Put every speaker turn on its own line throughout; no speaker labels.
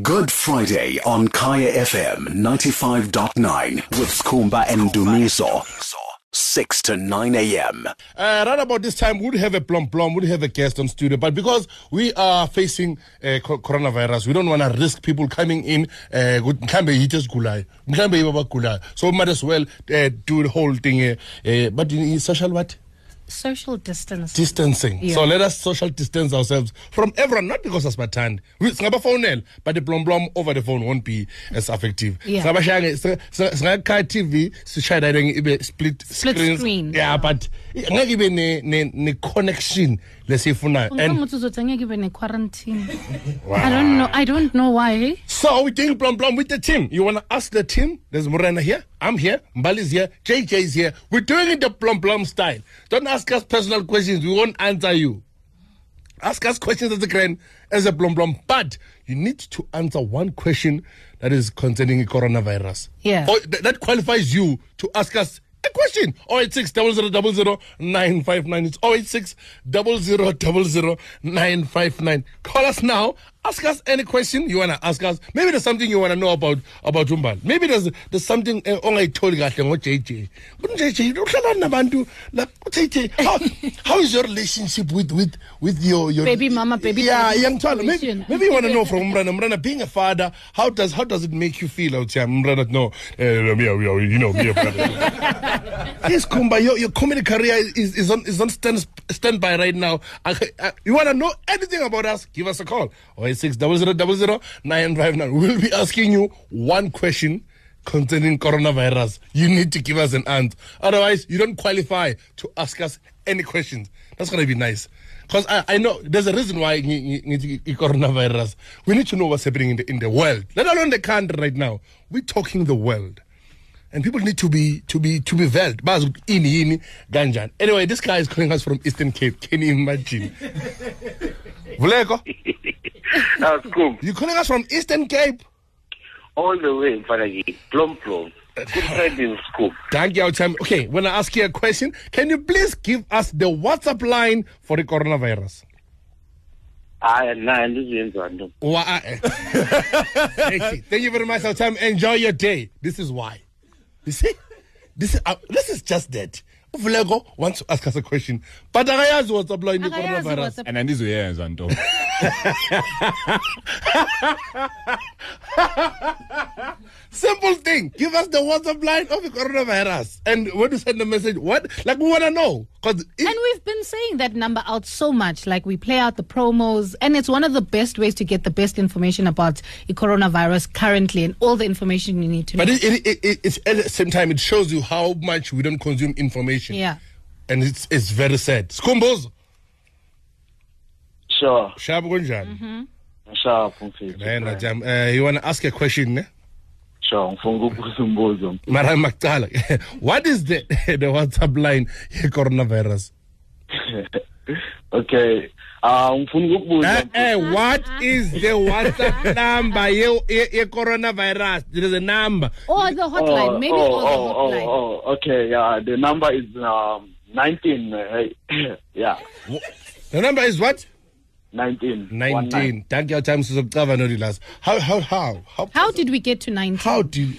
Good Friday on Kaya FM 95.9 with Skumba and Dumiso. 6 to 9 a.m.
Uh, right about this time, we'd have a plum plum, we'd have a guest on studio, but because we are facing uh, co- coronavirus, we don't want to risk people coming in. Uh, with mhlambe he just gulay, mhlambe he baba gulay. So we might as well uh, do the whole thing. Uh, uh, but in, in social what?
social distance.
Distancing.
Yeah.
So let us social distance ourselves from everyone, not because of Spartan. We singaba phone but the plum plum over the phone won't be as effective.
Yeah.
Singaba TV, sishaya ibe split
Split
screens.
screen.
Yeah,
Yeah.
but ngeke ibe ne ne ne connection lesifunayo. And
Ungamuthi uzodanga ngibe ne-quarantine. I don't know. I don't know why.
so we doing plum plum with the team. You wanna ask the team? There's Morena here. I'm here. Mbali's here. JJ's here. We're doing it the plum plum style. Don't ask us personal questions. We won't answer you. ask us questions as a grand as a blom blom but you need to answer one question that is concerning coronavirus
Yeah.
or th- Oh, that qualifies you to ask us a question 086 959 it's 086 959 call us now ask us any question you want to ask us maybe there's something you want to know about about umbal maybe there's there's something uh, ongayitholi kahle ngo-jj kunjj uhlala nabantu la jj how, how is your relationship with with with your your
Baby mama, baby
yeah
daddy
young child maybe,
situation.
maybe you want to know from Mrana, Mrana, being a father, how does how does it make you feel out here? Mrana, no, uh, me, uh, you know, me, uh, yes, Kumba, your, your comedy career is, is on is on stand, standby right now. I, I, you want to know anything about us? Give us a call. Oh, 086 959 We'll be asking you one question concerning coronavirus. You need to give us an answer. Otherwise, you don't qualify to ask us any questions. That's going to be nice. Because I, I know there's a reason why ngi- ngi- ngi- coronavirus. We need to know what's happening in the, in the world, let alone the country right now. We're talking the world and people need to be to be to be veiled. Baz in in ganjan. Anyway, this guy is calling us from Eastern Cape. Can you imagine? Vuleko,
That's cool.
you calling us from Eastern Cape?
Ah, All the way, Faraji. Plum plum. Good friend in school.
Thank you, our time. Okay, when I ask you a question, can you please give us the WhatsApp line for the coronavirus?
Ah, I nine this is random.
Wa- eh. Thank you. Thank you very much, our time. Enjoy your day. This is why. You see, this is uh, this is just that. Vuleko wants to ask us a question, but I what's applying the
Akayazi
coronavirus.
what's up-
and andizoyenza nto
Simple thing. Give us the WhatsApp line of the coronavirus. And when you send the message, what? Like, we want to know. Because
And we've been saying that number out so much. Like we play out the promos, and it's one of the best ways to get the best information about the coronavirus currently and all the information you need to know.
But it, it, it, it, it's, at the same time, it shows you how much we don't consume information.
Yeah.
And it's, it's very sad. Skumbos.
Sure,
Shabu
Mm-hmm.
kunjani?
sure, mfowethu.
Yena jam. Uh, you want to ask a question, ne?
Sure, ngifuna ukubuza umbuzo.
Mara Mactala. What is the, the WhatsApp line here, coronavirus?
Okay. Ah, ngifuna
Eh, eh,
ukubuza.
what is the WhatsApp number here, here, here, coronavirus? There is a number.
or the hotline, maybe
oh,
or the
oh, oh,
hotline.
oh, okay, yeah. The number is um, 19. Hey, yeah,
The number is what?
19. One
19 thank you time sizokucava nodilas how how how how
How did we get to 90?
how do you,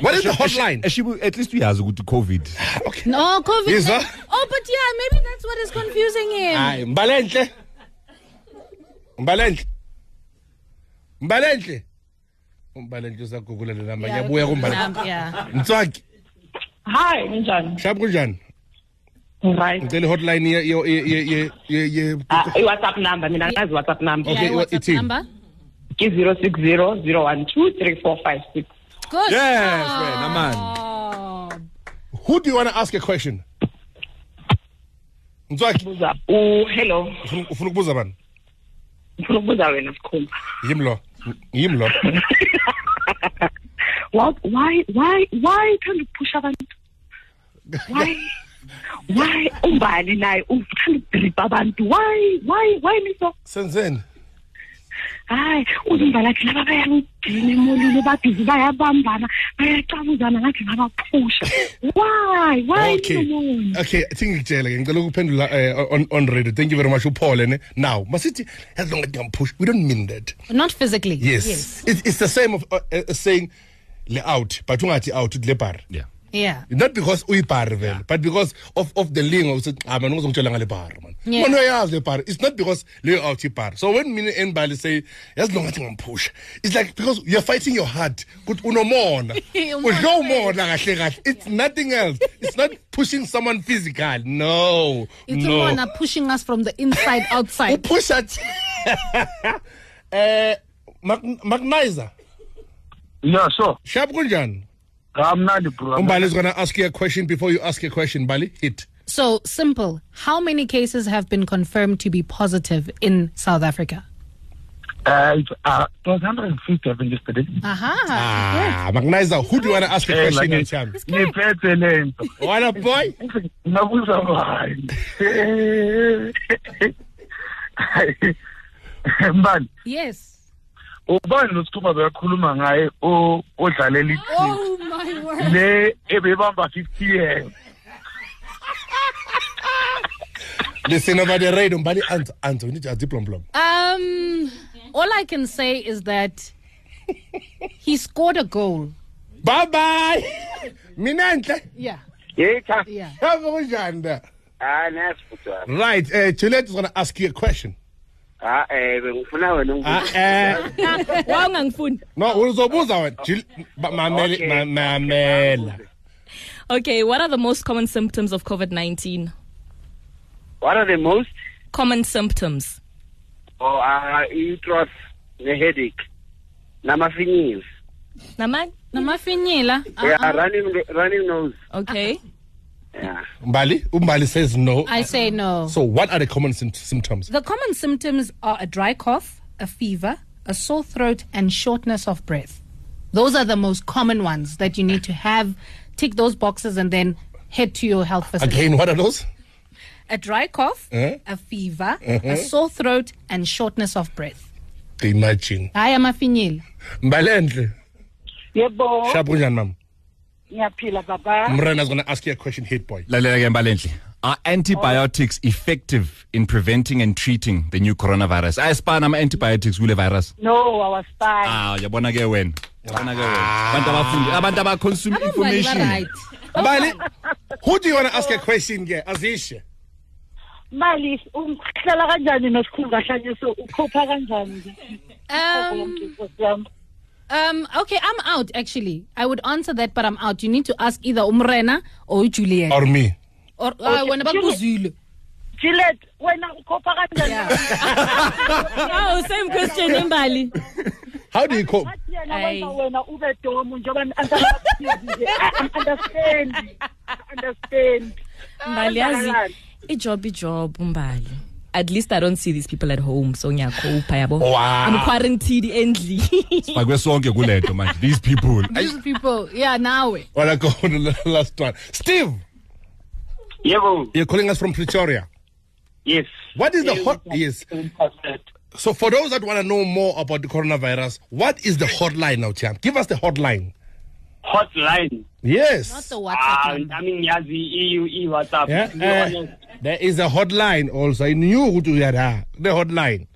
what is the hotline
Eshibu, at least uyazi ukuthi covid
No, COVID.
Yes, sir.
oh, but yeah, maybe that's what is confusing him.
hayi mbalenhle mbalenhle mbalenhle umbalenhle usagugula le namba
Yeah,
ngiyabuya kumbalenhle
number, yeah.
mtswaki
Hi, Ninjan.
shabu kunjani
Right.
ngicela ihotline ye ye ye ye ye ye
Uh, WhatsApp number. Mina ngazi WhatsApp number.
Okay,
yeah,
what-
WhatsApp
ithini?
number.
Ke 0600123456.
Good.
Yes,
job.
wena
who do you want to ask a question mtswaki
Buza. Oh, hello.
ufuna ufuna ukubuza bani
Ngifuna ukubuza wena sikhumba.
yimi lo yimi lo
Why why why why uthanda ukuphusha abantu? Why? Why umbali naye uthanda ukudrip abantu? Why why why niso?
senzeni
hayi uzumba lakhe laba bayangigcina emolile babhizi bayabambana bayacabuzana ngathi ngabaphusha why why
okay
Solomon?
okay singikutshele ke ngicela ukuphendula uh, on, on radio thank you very much uphole ne now masithi as long as ndingampush we don't mean that
Not physically.
yes,
Yes.
It, it's the same of, uh, uh, saying le out but ungathi out le bar
yeah
Yeah.
not because uyibhari vele but because of, of the lingo uthi ah man ungizongitshela ngale bhari man
Yeah.
Wena uyayazi le bhari it's not because leyo out ibhari so when mina anybody say yazi lo ngathi ngimphusha it's like because you're fighting your heart ukuthi unomona
Umona
udlo umona kahle kahle it's nothing else it's not pushing someone physical no
It's
no
one uh, pushing us from the inside outside.
upusha eh magnizer
Yeah, sure.
sharp kunjani
I'm not bro.
umbali is going to ask you a question before you ask a question bali hit
So simple. How many cases have been confirmed to be positive in South Africa?
Uh, it's, uh, it was 150 I think yesterday.
Aha.
Ah, Magnizer, who do you want to ask a question
Eh,
um, on Champ?
ngiphethe le nto
What a boy?
ngabuza bani mbani
Yes.
ubani losithuba beyakhuluma ngaye o- odlalela ithi
Oh my word.
le ebebamba 50 years
Listen over the radio, Mbali Anto, Anto, you need to ask Diplom Blom.
Um, all I can say is that he scored a goal.
Bye bye! Minantle,
Yeah,
Yeka.
yeah.
have a janda.
Ah, nasi butwana.
Right, uh, Juliet is going to ask you a question.
Ah, eh bengifuna wena
Uh,
ungibuze.
uh,
Wa ungangifuni.
no, uzobuza wena. Jul- ba- mamela-
Okay.
ma- mamela.
Okay, what are the most common symptoms of COVID-19?
What are the most
Common symptoms.
oh ah i throat ne headache namafinyils.
Naman?
Namafinyela.
Yeah, running running nose.
Okay.
Yeah.
Mbali, Umbali says no.
I say no.
So, what are the common sym- symptoms?
The common symptoms are a dry cough, a fever, a sore throat, and shortness of breath. Those are the most common ones that you need to have. Tick those boxes and then head to your health facility.
Again, what are those?
A dry cough,
Eh?
a fever, a sore throat, and shortness of breath.
Imagine.
I am a finyel.
Mbali Antle,
yebo
sharp kunjani mama?
ngiyaphila baba
Mrana is going to ask you a question, hit boy.
lalela ke mbalenhle Are antibiotics effective in preventing and treating the new coronavirus? Ayisipana ama antibiotics kule virus.
no awaspayi
Ah, uyabona ke wena. Uyabona ke wena. Abantu abafundi, abantu abaconsume information.
Mbali, who do you want to ask a question here? Azish.
mali uhlala kanjani nosikhulu kahlanye so ukhopha kanjani nje
Um,
Nkosi yami.
Um, okay, I'm out actually. I would answer that, but I'm out. You need to ask either Umrena or
Oh.
Juliet.
Or me?
Or uh,
Okay,
when about
Juliet.
Kuzulu?
Juliet wena ukhopha
Yeah.
kanjani
Oh, same question imbali.
How do you cope?
Athi yena wenza
Ayi.
wena ube domu njengoba ni-understand. I understand I understand
Mbali yazi ijob ijob umbali. At least I don't see these people at home, so ngiyakhupha yabo.
Wow.
I'm quarantined endlini.
Bakwe sonke kuleto manje these people.
These people, yeah, now. eh.
Well, I go on the last one. Steve,
Yebo.
you're calling us from Pretoria.
Yes.
What is the hot? Yes.
Perfect.
So, for those that want to know more about the coronavirus, what is the hotline now, champ? Give us the hotline.
Hotline.
Not
Yes.
the WhatsApp
Ah,
number.
I mean E yazi i i WhatsApp.
Yeah,
To be
eh,
honest,
there is a hotline also. I knew who to get her. The hotline.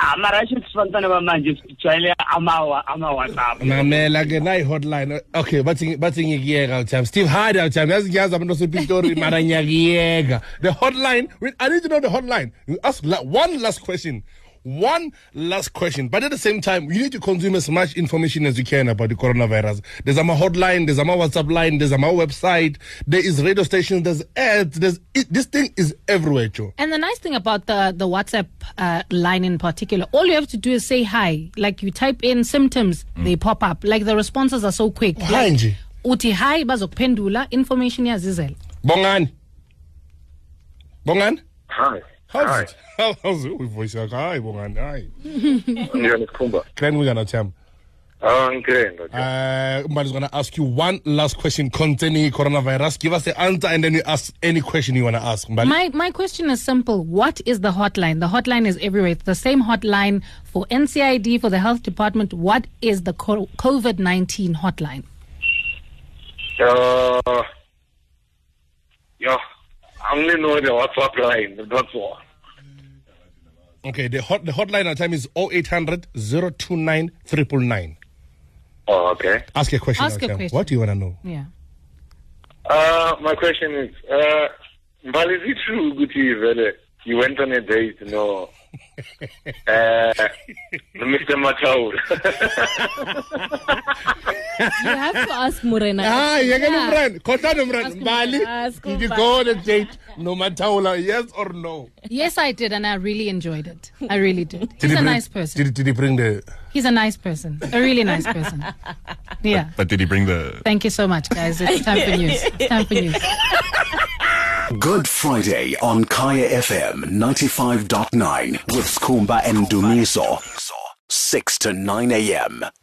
Ah, mara shithi bantwana bamanje sijwayele ama ama WhatsApp.
Mamela ke nayi hotline. Okay, bathi bathi ngiyekiyeka uTham. Steve Hardy uTham. Yazi ngiyazi abantu basePitori mara ngiyakiyeka. The hotline, we- I need to know the hotline. You ask la, one last question. One last question, but at the same time, you need to consume as much information as you can about the coronavirus. There's our hotline, there's our WhatsApp line, there's our website, there is radio stations, there's ads, there's it, this thing is everywhere, Joe.
And the nice thing about the the WhatsApp uh, line in particular, all you have to do is say hi. Like you type in symptoms, they pop up. Like the responses are so quick.
Mm. Hi
Like,
nje.
uthi hi bazokuphendula information yazizela.
Bongani. Bongani.
hi
How's it? How's it? We voice like hi, Bongani. Hi.
njani sikhumba
Glenn Wigan Acham.
Oh, ngikire ndoda.
Uh, Umbali's going to ask you one last question concerning coronavirus. Give us the answer and then you ask any question you want to ask. Umbali.
My my question is simple. What is the hotline? The hotline is everywhere. It's the same hotline for NCID for the health department. What is the COVID nineteen hotline?
Uh, yeah, I only know the WhatsApp line. That's all.
okay, the, hot, the hotline at the time is 0800 029 999.
Oh, okay.
Ask a question.
Ask a
Ocham.
question.
What do you want to know?
Yeah.
Uh, my question is, uh, Mbali, is it true ukuthi vele you went on a date no uh, Mr. Mataur?
You have to ask Morena.
Ah, you're going
Yeah.
to run. Contact him,
Ask
run.
him,
Mbali,
ask him,
did you
Mbali.
go on a date? No matter how, yes or no?
Yes, I did, and I really enjoyed it. I really did.
Did
He's
he
a
bring-
nice person.
Did, did he bring the.
He's a nice person. A really nice person. Yeah.
But did he bring the.
Thank you so much, guys. It's time for news. It's time for news.
Good Friday on Kaya FM 95.9 with Skumba and Dumiso. 6 to 9 a.m.